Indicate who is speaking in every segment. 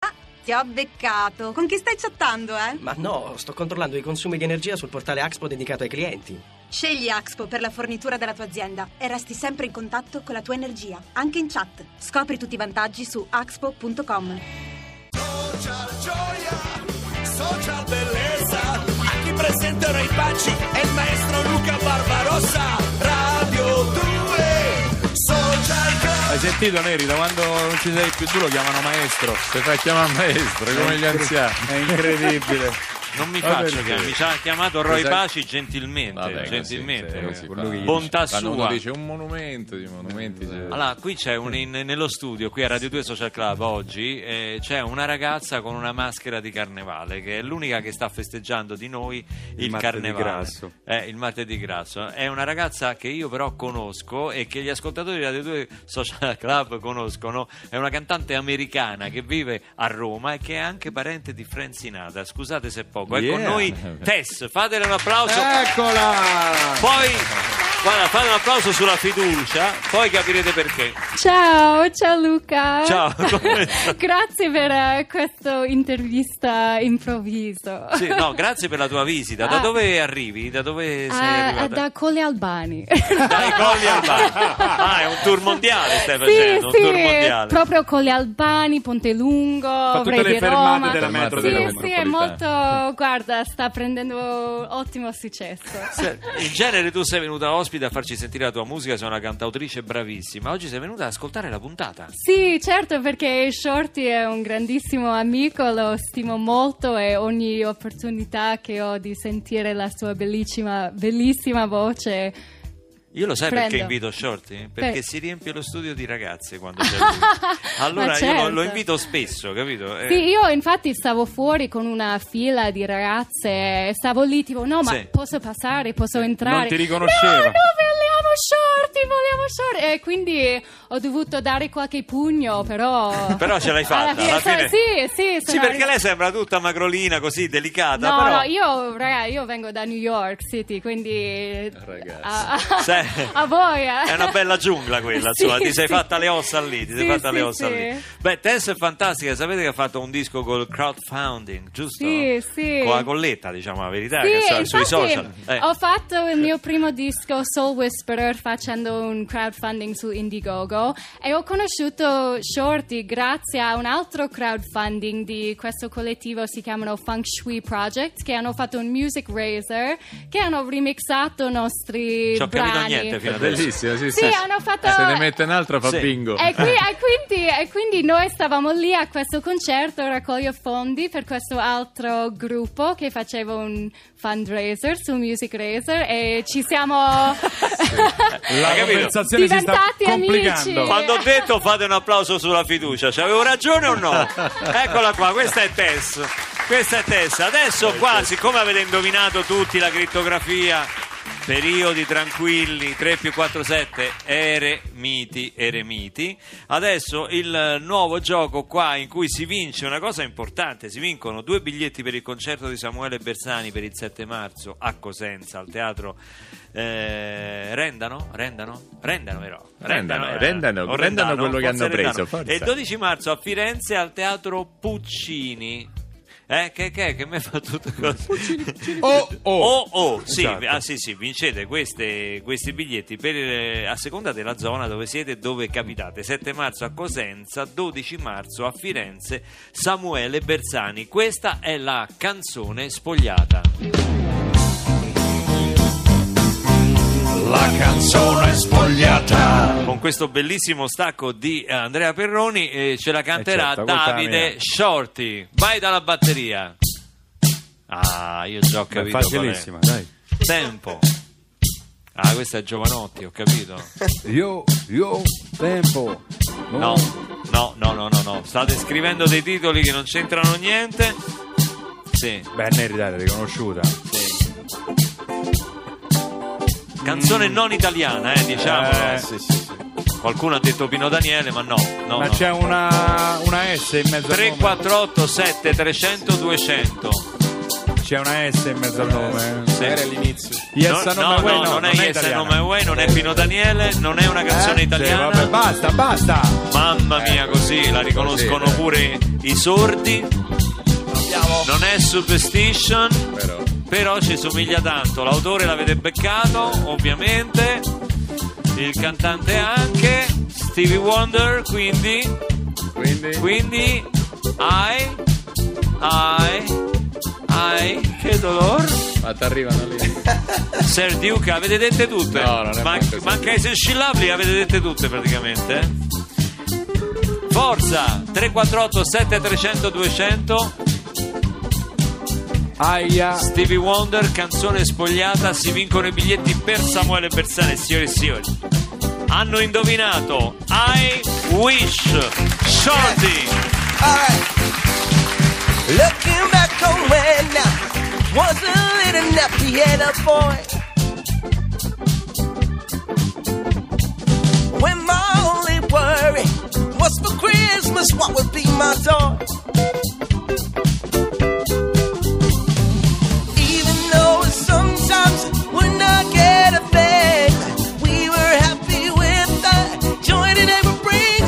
Speaker 1: Ah, ti ho beccato. Con chi stai chattando, eh?
Speaker 2: Ma no, sto controllando i consumi di energia sul portale Axpo dedicato ai clienti.
Speaker 1: Scegli Axpo per la fornitura della tua azienda e resti sempre in contatto con la tua energia, anche in chat. Scopri tutti i vantaggi su axpo.com.
Speaker 3: Social gioia, social bellezza. A chi presenterò i baci è il maestro Luca Barbarossa. Radio 2, social gioia.
Speaker 4: Hai sentito Neri, da quando non ci sei più tu lo chiamano maestro.
Speaker 5: Se fai chiamare maestro, come gli anziani.
Speaker 4: È incredibile.
Speaker 6: Non mi
Speaker 4: Ma
Speaker 6: faccio
Speaker 4: perché?
Speaker 6: chiamare, mi ci ha chiamato Roy
Speaker 5: Esatto.
Speaker 6: Paci gentilmente,
Speaker 5: Vabbè, così,
Speaker 6: gentilmente.
Speaker 5: sì, così
Speaker 4: Con lui
Speaker 5: fa.
Speaker 4: che gli
Speaker 6: Bontà
Speaker 5: Quando uno
Speaker 6: sua.
Speaker 5: dice un monumento di monumenti. cioè-
Speaker 6: Allora, qui c'è un, in- nello studio, qui a Radio 2 Social Club oggi, eh, c'è una ragazza con una maschera di carnevale che è l'unica che sta festeggiando di noi il,
Speaker 4: Il martedì
Speaker 6: carnevale.
Speaker 4: grasso.
Speaker 6: Eh, il martedì grasso. È una ragazza che io però conosco e che gli ascoltatori di Radio 2 Social Club conoscono. È una cantante americana che vive a Roma e che è anche parente di Franzinata. Scusate se è poco. È con
Speaker 4: Yeah. Eh.
Speaker 6: noi Tess. Fatele un applauso.
Speaker 4: Eccola!
Speaker 6: Poi guarda, fate un applauso sulla fiducia, poi capirete perché.
Speaker 7: Ciao, ciao Luca.
Speaker 6: Ciao, come stai?
Speaker 7: Grazie per eh, questa intervista improvviso.
Speaker 6: Sì, no, grazie per la tua visita. Da
Speaker 7: Ah.
Speaker 6: dove arrivi? Da dove sei
Speaker 7: Ah,
Speaker 6: arrivata?
Speaker 7: da Colle Albani.
Speaker 6: Dai colli al bar. Ah, è un tour mondiale stai
Speaker 7: sì,
Speaker 6: facendo,
Speaker 7: sì,
Speaker 6: un tour mondiale.
Speaker 7: proprio Colle Albani, Ponte Lungo,
Speaker 4: tutte
Speaker 7: Vrei
Speaker 4: le
Speaker 7: di
Speaker 4: fermate
Speaker 7: Roma.
Speaker 4: della
Speaker 5: metro
Speaker 7: Sì,
Speaker 5: della
Speaker 7: sì, è
Speaker 5: metropolitana.
Speaker 7: molto, guarda, sta prendendo ottimo successo.
Speaker 6: Se- In genere tu sei venuta ospite a farci sentire la tua musica, sei una cantautrice bravissima. Oggi sei venuta ad ascoltare la puntata.
Speaker 7: Sì, certo, perché Shorty è un grandissimo amico, lo stimo molto e ogni opportunità che ho di sentire la sua bellissima, bellissima voce.
Speaker 6: Io lo sai perché
Speaker 7: Prendo.
Speaker 6: invito Shorty? Perché
Speaker 7: Per-
Speaker 6: si riempie lo studio di ragazze quando c'è lui. Allora
Speaker 7: Ma
Speaker 6: io lo,
Speaker 7: certo.
Speaker 6: lo invito spesso, capito? Eh,
Speaker 7: Sì, io infatti stavo fuori con una fila di ragazze e stavo lì tipo no, ma
Speaker 6: Sì.
Speaker 7: posso passare, posso entrare?
Speaker 4: Non ti riconosceva.
Speaker 7: No, no, vogliamo Shorty, vogliamo Shorty. E quindi ho dovuto dare qualche pugno, però...
Speaker 6: Però ce l'hai fatta,
Speaker 7: Alla fine,
Speaker 6: alla fine-
Speaker 7: Sì, sì,
Speaker 6: Sì,
Speaker 7: sono
Speaker 6: perché
Speaker 7: arri-
Speaker 6: lei sembra tutta magrolina, così delicata,
Speaker 7: No,
Speaker 6: però
Speaker 7: no, io, raga, io vengo da New York City, quindi
Speaker 5: Ragazzi.
Speaker 7: a,
Speaker 6: Se-
Speaker 7: a voi. eh.
Speaker 6: è una bella giungla quella,
Speaker 7: Sì,
Speaker 6: insomma, ti sei
Speaker 7: sì.
Speaker 6: fatta le ossa lì, ti sei
Speaker 7: Sì,
Speaker 6: fatta le
Speaker 7: sì,
Speaker 6: ossa
Speaker 7: sì.
Speaker 6: lì. Beh, Tess è fantastica, sapete che ha fatto un disco col crowdfunding, giusto?
Speaker 7: Sì, sì.
Speaker 6: Con la colletta, diciamo la verità,
Speaker 7: Sì,
Speaker 6: che sa- sui
Speaker 7: infatti,
Speaker 6: social. Eh,
Speaker 7: Ho fatto il mio primo disco Soul Whisperer facendo un crowdfunding su Indiegogo e ho conosciuto Shorty grazie a un altro crowdfunding di questo collettivo si chiamano Feng Shui Project che hanno fatto un music raiser che hanno remixato nostri
Speaker 6: ci ho
Speaker 7: brani.
Speaker 6: capito niente fino
Speaker 5: È
Speaker 6: adesso.
Speaker 5: bellissimo, sì, Eh,
Speaker 7: Sì,
Speaker 4: Eh,
Speaker 7: hanno fatto-
Speaker 5: Se ne mette un'altra fa
Speaker 6: Sì. Eh,
Speaker 5: bingo.
Speaker 7: E, qui- e quindi, e quindi noi stavamo lì a questo concerto, raccoglio fondi per questo altro gruppo che faceva un fundraiser su Music Raiser e ci siamo
Speaker 4: La
Speaker 6: Hai capito?
Speaker 4: conversazione si sta
Speaker 7: Diventati
Speaker 4: complicando.
Speaker 7: amici.
Speaker 6: Quando ho detto fate un applauso sulla fiducia, c'avevo ragione o no? Eccola qua, questa è Tess. Questa è Tess. Adesso qua, siccome avete indovinato tutti la crittografia, periodi tranquilli, 3 più 4, 7, eremiti, eremiti. Adesso il eh, nuovo gioco qua in cui si vince una cosa importante, si vincono due biglietti per il concerto di Samuele Bersani per il 7 marzo a Cosenza, al teatro eh, Rendano? Rendano? Rendano però.
Speaker 5: Rendano,
Speaker 6: eh.
Speaker 5: rendano,
Speaker 6: O
Speaker 5: rendano quello che
Speaker 6: forse
Speaker 5: hanno preso,
Speaker 6: rendano.
Speaker 5: forza.
Speaker 6: E il 12 marzo a Firenze al teatro Puccini. Eh, che, che, che mi fa tutto così.
Speaker 4: Oh, oh.
Speaker 6: Oh, oh, sì,
Speaker 4: Esatto.
Speaker 6: ah, sì, sì, vincete queste- questi biglietti per, eh, a seconda della zona dove siete e dove capitate. 7 marzo a Cosenza, 12 marzo a Firenze, Samuele Bersani. Questa è la canzone spogliata.
Speaker 3: La canzone spogliata.
Speaker 6: Con questo bellissimo stacco di eh, Andrea Perroni eh, ce la canterà
Speaker 4: Eh certo, questa è la
Speaker 6: Davide
Speaker 4: mia.
Speaker 6: Shorty. Vai dalla batteria. Ah, io già ho
Speaker 4: È
Speaker 6: capito. qual è.
Speaker 4: facilissima, dai.
Speaker 6: Tempo. Ah, questo è Giovanotti, ho capito.
Speaker 4: Io, io, tempo.
Speaker 6: No, no, no, no, no, no. State scrivendo dei titoli che non c'entrano niente. Sì,
Speaker 4: Beh, Neri, dai, l'hai riconosciuta.
Speaker 6: sì. Canzone non italiana, eh, diciamo.
Speaker 4: Mm. Eh, sì, sì, sì.
Speaker 6: Qualcuno ha detto Pino Daniele, ma no. no,
Speaker 4: Ma
Speaker 6: no.
Speaker 4: c'è una, una S in mezzo al nome.
Speaker 6: 348 7300 200
Speaker 5: C'è una S in mezzo al nome.
Speaker 8: Era all'inizio.
Speaker 5: Yes,
Speaker 6: Eh, no,
Speaker 5: no,
Speaker 6: no, no, non è Yes,
Speaker 5: italiana.
Speaker 6: No My Way, non è Pino Daniele, non è una canzone
Speaker 5: Eh?
Speaker 6: italiana.
Speaker 5: Sì, vabbè, basta, basta.
Speaker 6: Mamma mia, così la riconoscono
Speaker 8: Così, eh.
Speaker 6: pure i sordi. Non è Superstition,
Speaker 8: Però.
Speaker 6: però ci somiglia tanto. L'autore l'avete beccato, ovviamente. Il cantante anche. Stevie Wonder, quindi.
Speaker 8: Quindi.
Speaker 6: Quindi. I. I. I. Che dolore.
Speaker 8: Ma ti arrivano lì.
Speaker 6: Sir Duke, avete dette tutte?
Speaker 8: No, non è
Speaker 6: Man-
Speaker 8: manco così.
Speaker 6: manca i sensillabili, avete dette tutte praticamente. eh? Forza 348 7300 200
Speaker 5: Aia.
Speaker 6: Stevie Wonder, canzone spogliata, si vincono i biglietti per Samuele Bersani, signore e signori. Hanno indovinato I Wish Shorty.
Speaker 3: Eh.
Speaker 9: Alright. Looking back on when I wasn't lit enough to get a boy. When my only worry was for Christmas, what would be my toy? Even though sometimes we're not get a thing, we were happy with the joy that they would bring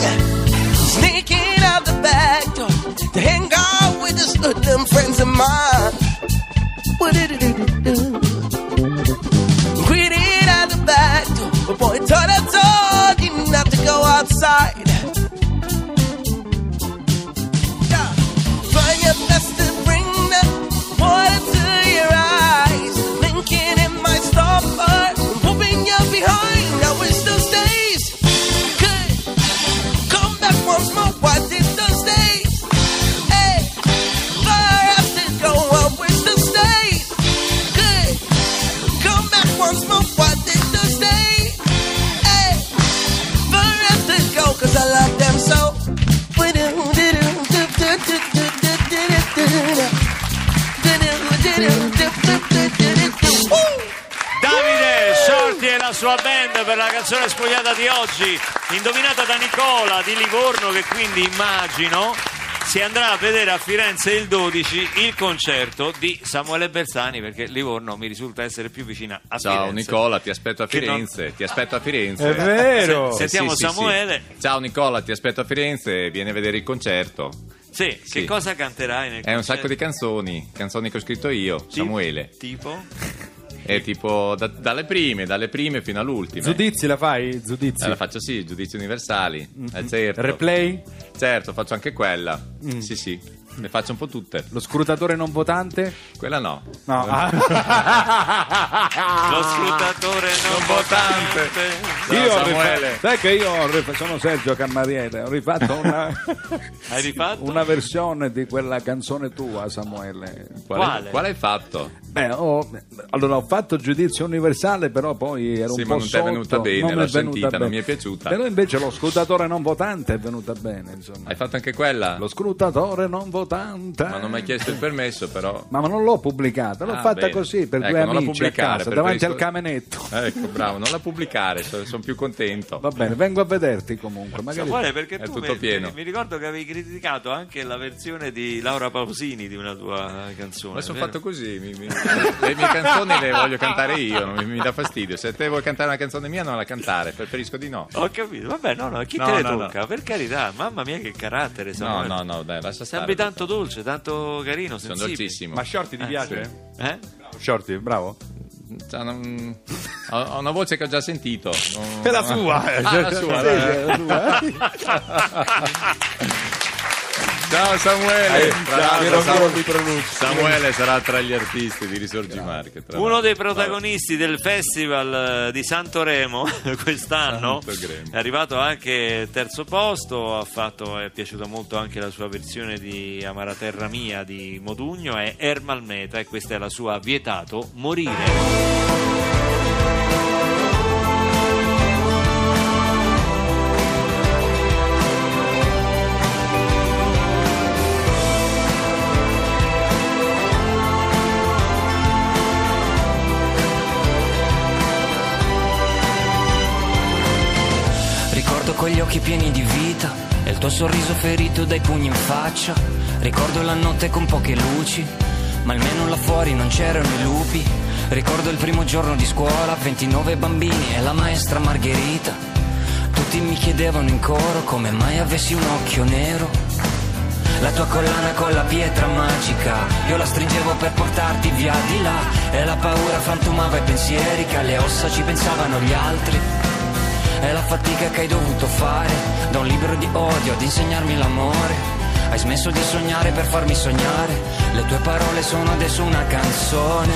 Speaker 9: sneaking out the back door to hang out with this hoodlum friends of mine. What-do-do-do-do-do. Greeted out the back door, but boy thought I told you not to go outside. Yeah. Try your best to bring the water to your eyes. Lincoln in my stopper, whooping you behind. I wish those days could Come back once more, why did those days? Hey, fire have to go oh, on with the state. Good. Come back once more, why did those days? Hey, fire have to go, cause I love them so. Woo!
Speaker 6: Davide Shorty e la sua band per la canzone spogliata di oggi, indovinata da Nicola di Livorno che quindi immagino si andrà a vedere a Firenze il 12 il concerto di Samuele Bersani perché Livorno mi risulta essere più vicina a
Speaker 5: Ciao
Speaker 6: Firenze.
Speaker 5: Nicola, ti aspetto a
Speaker 6: Che non-
Speaker 5: Firenze. Ti aspetto a Firenze.
Speaker 6: Eh,
Speaker 5: Eh,
Speaker 6: se-
Speaker 5: vero.
Speaker 6: sentiamo Samuele.
Speaker 5: Ciao Nicola, ti aspetto a Firenze. Vieni a vedere il concerto.
Speaker 6: Sì, che
Speaker 5: Sì.
Speaker 6: cosa canterai nel
Speaker 5: È un sacco di
Speaker 6: concerto?
Speaker 5: canzoni, canzoni che ho scritto io, Samuele.
Speaker 6: Tipo?
Speaker 5: È tipo da- dalle prime, dalle prime fino all'ultima.
Speaker 4: Giudizi la fai?
Speaker 5: Eh,
Speaker 4: Giudizi.
Speaker 5: La faccio sì, giudizi universali.
Speaker 6: Mhm.
Speaker 5: Eh, certo.
Speaker 4: Replay?
Speaker 5: Certo, faccio anche quella.
Speaker 6: Mm.
Speaker 5: Sì, sì, ne faccio un po' tutte.
Speaker 4: Lo scrutatore non votante?
Speaker 5: Quella no.
Speaker 4: No.
Speaker 6: Ah.
Speaker 5: Ah.
Speaker 6: Lo scrutatore non votante.
Speaker 5: Ciao,
Speaker 4: Io ho
Speaker 5: Samuele.
Speaker 4: rifa- sai che io ho rifa- sono Sergio Cammariere, ho rifatto una,
Speaker 6: Hai rifatto?
Speaker 4: una versione di quella canzone tua, Samuele.
Speaker 5: Quale?
Speaker 6: Quale?
Speaker 5: quale hai fatto?
Speaker 4: Beh, ho- allora ho fatto giudizio universale, però poi ero
Speaker 5: Sì,
Speaker 4: un po'
Speaker 5: ma non t'è
Speaker 4: sotto,
Speaker 5: venuta bene,
Speaker 4: non mi è
Speaker 5: l'ho
Speaker 4: venuta
Speaker 5: sentita, non
Speaker 4: bene.
Speaker 5: mi è piaciuta.
Speaker 4: Però invece lo scrutatore non votante è venuta bene, insomma.
Speaker 5: Hai fatto anche quella?
Speaker 4: Lo scrutatore non votante.
Speaker 5: Ma non mi hai chiesto il permesso, però.
Speaker 4: Ma non l'ho pubblicata, l'ho
Speaker 5: Ah,
Speaker 4: fatta
Speaker 5: bene.
Speaker 4: così per
Speaker 5: Ecco,
Speaker 4: due
Speaker 5: non
Speaker 4: amici
Speaker 5: la
Speaker 4: a
Speaker 5: pubblicare,
Speaker 4: casa,
Speaker 5: per
Speaker 4: davanti
Speaker 5: questo-
Speaker 4: al camenetto.
Speaker 5: Ecco, bravo, non la pubblicare, sono più contento.
Speaker 4: Va bene, vengo a vederti comunque, magari
Speaker 6: Samuele, perché
Speaker 5: È
Speaker 6: tu
Speaker 5: tutto
Speaker 6: mi,
Speaker 5: pieno.
Speaker 6: mi ricordo che avevi criticato anche la versione di Laura Pausini di una tua canzone.
Speaker 5: Ma sono
Speaker 6: vero?
Speaker 5: fatto così, mi- mi- le mie canzoni le voglio cantare io, non mi, mi dà fastidio. Se te vuoi cantare una canzone mia, non la cantare, preferisco di no.
Speaker 6: Ho capito, vabbè, no, no, chi
Speaker 5: No,
Speaker 6: te le
Speaker 5: no, no.
Speaker 6: tocca? Per carità, mamma mia, che carattere,
Speaker 5: No,
Speaker 6: Samuele. Cioè,
Speaker 5: no, no, dai, lascia stare.
Speaker 6: Sempre tanto dolce, tanto carino,
Speaker 5: Sono
Speaker 6: sensibile.
Speaker 5: dolcissimo.
Speaker 4: Ma Shorty ti
Speaker 6: Eh,
Speaker 4: piace?
Speaker 6: Eh?
Speaker 4: Shorty, bravo.
Speaker 5: Cioè, non- ho, ho una voce che ho già sentito. Non-
Speaker 4: È la sua, eh.
Speaker 5: Ah, la sua,
Speaker 4: Sì,
Speaker 5: dai.
Speaker 4: è la sua.
Speaker 5: Ciao Samuele. Eh, Tra l'altro, Sam-
Speaker 8: di pronuncia.
Speaker 5: Samuele sarà tra gli artisti di Risorgi Marche. tra
Speaker 6: Uno
Speaker 5: l'altro.
Speaker 6: dei protagonisti del festival eh, di Santoremo quest'anno
Speaker 5: Santoremo.
Speaker 6: è arrivato anche terzo posto, ha fatto, è piaciuta molto anche la sua versione di Amara Terra Mia di Modugno, è Ermal Meta e questa è la sua Vietato Morire.
Speaker 10: Ricordo quegli occhi pieni di vita e il tuo sorriso ferito dai pugni in faccia. Ricordo la notte con poche luci,
Speaker 9: ma almeno là fuori non c'erano i lupi. Ricordo il primo giorno di scuola, 29 bambini e la maestra Margherita. Tutti mi chiedevano in coro come mai avessi un occhio nero. La tua collana con la pietra magica, io la stringevo per portarti via di là. E la paura frantumava i pensieri che alle ossa ci pensavano gli altri. È la fatica che hai dovuto fare Da un libro di odio ad insegnarmi l'amore Hai smesso di sognare per farmi sognare Le tue parole sono adesso una canzone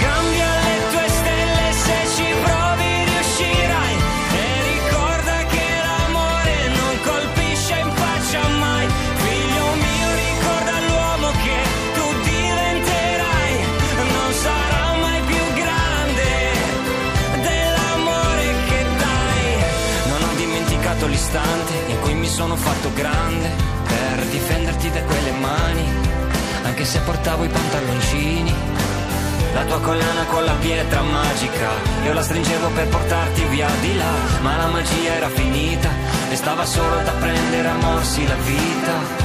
Speaker 9: Cambia le tue stelle se ci provi riuscirai E ricorda che l'amore non colpisce in faccia mai Figlio mio ricorda l'uomo che tu diventerai Non sarà mai più grande dell'amore che dai. Non ho dimenticato l'istante in cui mi sono fatto grande per difenderti da quelle mani, anche se portavo i pantaloncini. La tua collana con la pietra magica, io la stringevo per portarti via di là, ma la magia era finita e stava solo da prendere a morsi la vita.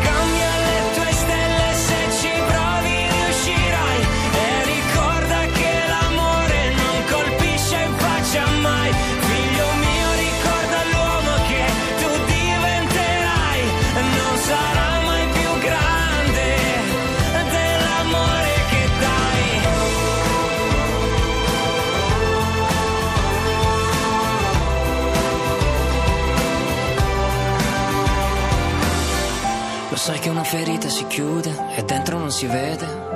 Speaker 9: Cambia le tue stelle se ci provi riuscirai E ricorda che l'amore non colpisce in faccia mai Figlio mio ricorda l'uomo che tu diventerai Non sarà mai più grande dell'amore che dai Lo sai che una ferita si chiude e dentro non si vede?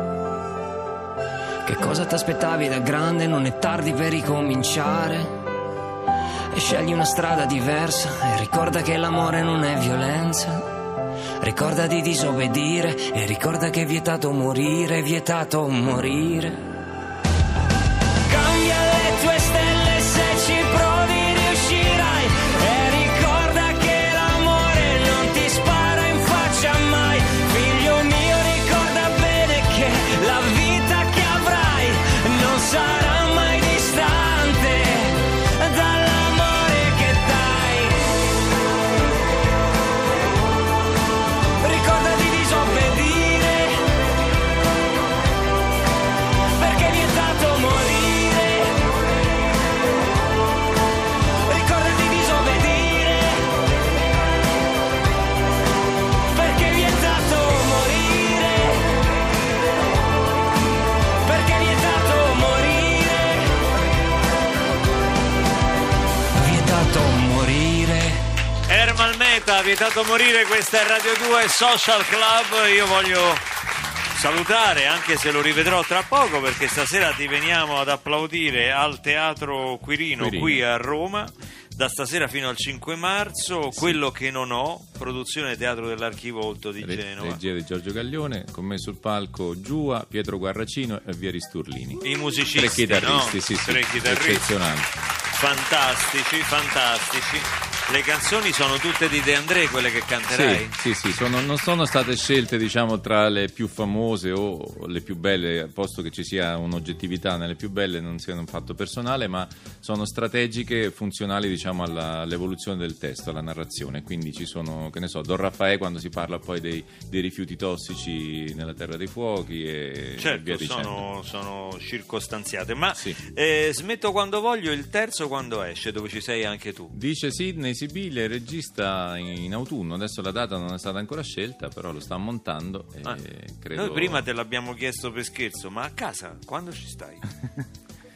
Speaker 9: Che cosa ti aspettavi da grande? Non è tardi per ricominciare. E scegli una strada diversa e ricorda che l'amore non è violenza. Ricorda di disobbedire e ricorda che è vietato morire, è vietato morire. Cambia le tue stelle se ci provi riuscirai E ricorda che l'amore non ti spara in faccia mai Figlio mio ricorda bene che la vita che avrai Non sarà mai distante dall'amore che dai Ricorda di disobbedire perché è vietato morire. Ricorda di disobbedire, perché è vietato morire. Perché è vietato morire. Vietato morire.
Speaker 6: Ermal Meta, vietato morire, questa è Radio 2 Social Club. Io voglio salutare, anche se lo rivedrò tra poco, perché stasera ti veniamo ad applaudire al Teatro Quirino,
Speaker 5: Quirino.
Speaker 6: qui a Roma. Da stasera fino al 5 marzo, quello che non ho, produzione Teatro dell'Archivo Olto di Genova.
Speaker 5: Regia di Giorgio Gaglione, con me sul palco Giua, Pietro Guarracino e Vieri Sturlini.
Speaker 6: I musicisti,
Speaker 5: Tre chitarristi,
Speaker 6: no?
Speaker 5: sì, sì,
Speaker 6: Tre chitarristi.
Speaker 5: eccezionanti.
Speaker 6: Fantastici, fantastici. Le canzoni sono tutte di De André, quelle che canterai.
Speaker 5: Sì, sì, sì, sono- non sono state scelte diciamo tra le più famose o le più belle, posto che ci sia un'oggettività nelle più belle, non sia un fatto personale, ma sono strategiche e funzionali diciamo alla- all'evoluzione del testo, alla narrazione. Quindi ci sono, che ne so, Don Raffaele quando si parla poi dei, dei rifiuti tossici nella terra dei fuochi e e
Speaker 6: Certo,
Speaker 5: via dicendo.
Speaker 6: sono, sono circostanziate, ma
Speaker 5: Sì.
Speaker 6: eh, smetto quando voglio il terzo quando esce, dove ci sei anche tu.
Speaker 5: Dice Sidney Sibile, regista in autunno, adesso la data non è stata ancora scelta, però lo sta montando e
Speaker 6: Ah,
Speaker 5: credo...
Speaker 6: Noi prima te l'abbiamo chiesto per scherzo, ma a casa quando ci stai?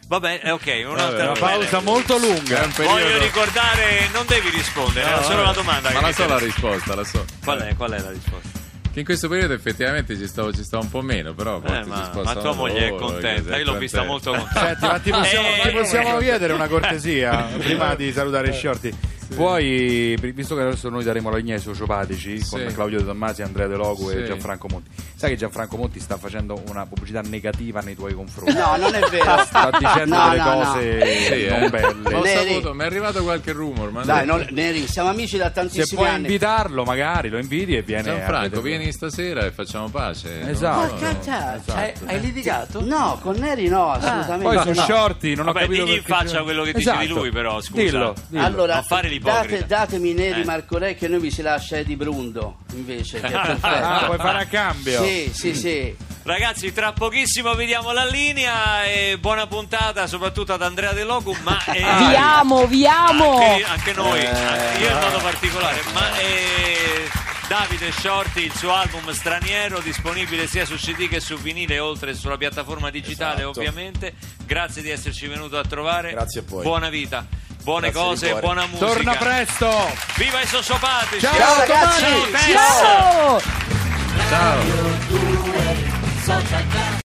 Speaker 6: Vabbè, eh, ok,
Speaker 5: Vabbè,
Speaker 6: un'altra
Speaker 5: una
Speaker 6: bene.
Speaker 4: Pausa molto lunga.
Speaker 5: È un
Speaker 6: Voglio
Speaker 5: periodo-
Speaker 6: ricordare, non devi rispondere,
Speaker 5: No,
Speaker 6: era Eh, solo
Speaker 5: vabbè.
Speaker 6: una domanda. che
Speaker 5: Ma la
Speaker 6: mi
Speaker 5: so la
Speaker 6: interessa.
Speaker 5: risposta, la so.
Speaker 6: Qual è, qual è la risposta?
Speaker 5: Che in questo periodo effettivamente ci sto, ci sto un po' meno, però. a volte
Speaker 6: Eh,
Speaker 5: si
Speaker 6: ma,
Speaker 5: spostano
Speaker 6: ma tua moglie è
Speaker 5: loro,
Speaker 6: contenta,
Speaker 5: cose,
Speaker 6: io l'ho vista
Speaker 5: contenta.
Speaker 6: molto
Speaker 4: Senti, ma
Speaker 6: contenta.
Speaker 4: ti possiamo,
Speaker 6: Eh,
Speaker 4: ti possiamo chiedere una cortesia prima di salutare Sciorti? Puoi, visto che adesso noi daremo la linea ai sociopatici con
Speaker 5: Sì.
Speaker 4: Claudio De Tommasi, Andrea De Logu
Speaker 5: Sì.
Speaker 4: e Gianfranco Monti, sai che Gianfranco Monti sta facendo una pubblicità negativa nei tuoi confronti?
Speaker 11: No, non è vero.
Speaker 4: Sta dicendo
Speaker 11: No,
Speaker 4: delle
Speaker 11: no, no.
Speaker 4: cose
Speaker 5: Sì,
Speaker 4: non
Speaker 5: eh.
Speaker 4: belle.
Speaker 5: Ho
Speaker 11: Neri.
Speaker 5: saputo, mi è arrivato qualche rumor. Ma
Speaker 11: Dai, non- Neri, siamo amici da
Speaker 4: Se
Speaker 11: tantissimi
Speaker 4: puoi
Speaker 11: anni.
Speaker 4: invitarlo, magari lo inviti e viene. a
Speaker 5: Gianfranco,
Speaker 4: vedere-
Speaker 5: vieni stasera e facciamo pace.
Speaker 4: Esatto.
Speaker 5: No, no.
Speaker 11: Cioè,
Speaker 4: Esatto.
Speaker 11: hai, hai litigato? Ah. No, con Neri no, assolutamente.
Speaker 4: Poi su
Speaker 11: no.
Speaker 4: Shorty non
Speaker 6: Vabbè,
Speaker 4: ho capito
Speaker 6: digli in
Speaker 4: perché- Esatto.
Speaker 6: faccia quello che dici di lui, però, scusa.
Speaker 4: Dillo, dillo.
Speaker 11: Allora,
Speaker 6: non fare
Speaker 9: Date,
Speaker 6: ipocrita.
Speaker 9: datemi Neri
Speaker 6: Eh.
Speaker 9: Marco Re che noi vi si lascia Eddie Brundo invece. Che è perfetto.
Speaker 4: Ah, vuoi fare a cambio?
Speaker 9: Sì, sì, sì.
Speaker 6: Ragazzi, tra pochissimo vi diamo la linea e buona puntata soprattutto ad Andrea De Logu, ma eh,
Speaker 12: Vi amo, vi amo.
Speaker 6: anche, anche
Speaker 13: Eh,
Speaker 6: noi, anche io in modo particolare, ma eh, Davide Shorty, il suo album Straniero, disponibile sia su CD che su vinile, oltre sulla piattaforma digitale
Speaker 13: Esatto.
Speaker 6: ovviamente. Grazie di esserci venuto a trovare.
Speaker 13: Grazie a voi.
Speaker 6: Buona vita, buone
Speaker 13: Grazie di
Speaker 6: cose,
Speaker 13: cuore.
Speaker 6: buona musica.
Speaker 4: Torna presto!
Speaker 6: Viva i sociopatici!
Speaker 4: Ciao, Ciao, ragazzi!
Speaker 6: Ciao, Tess!
Speaker 12: Ciao.
Speaker 4: Ciao!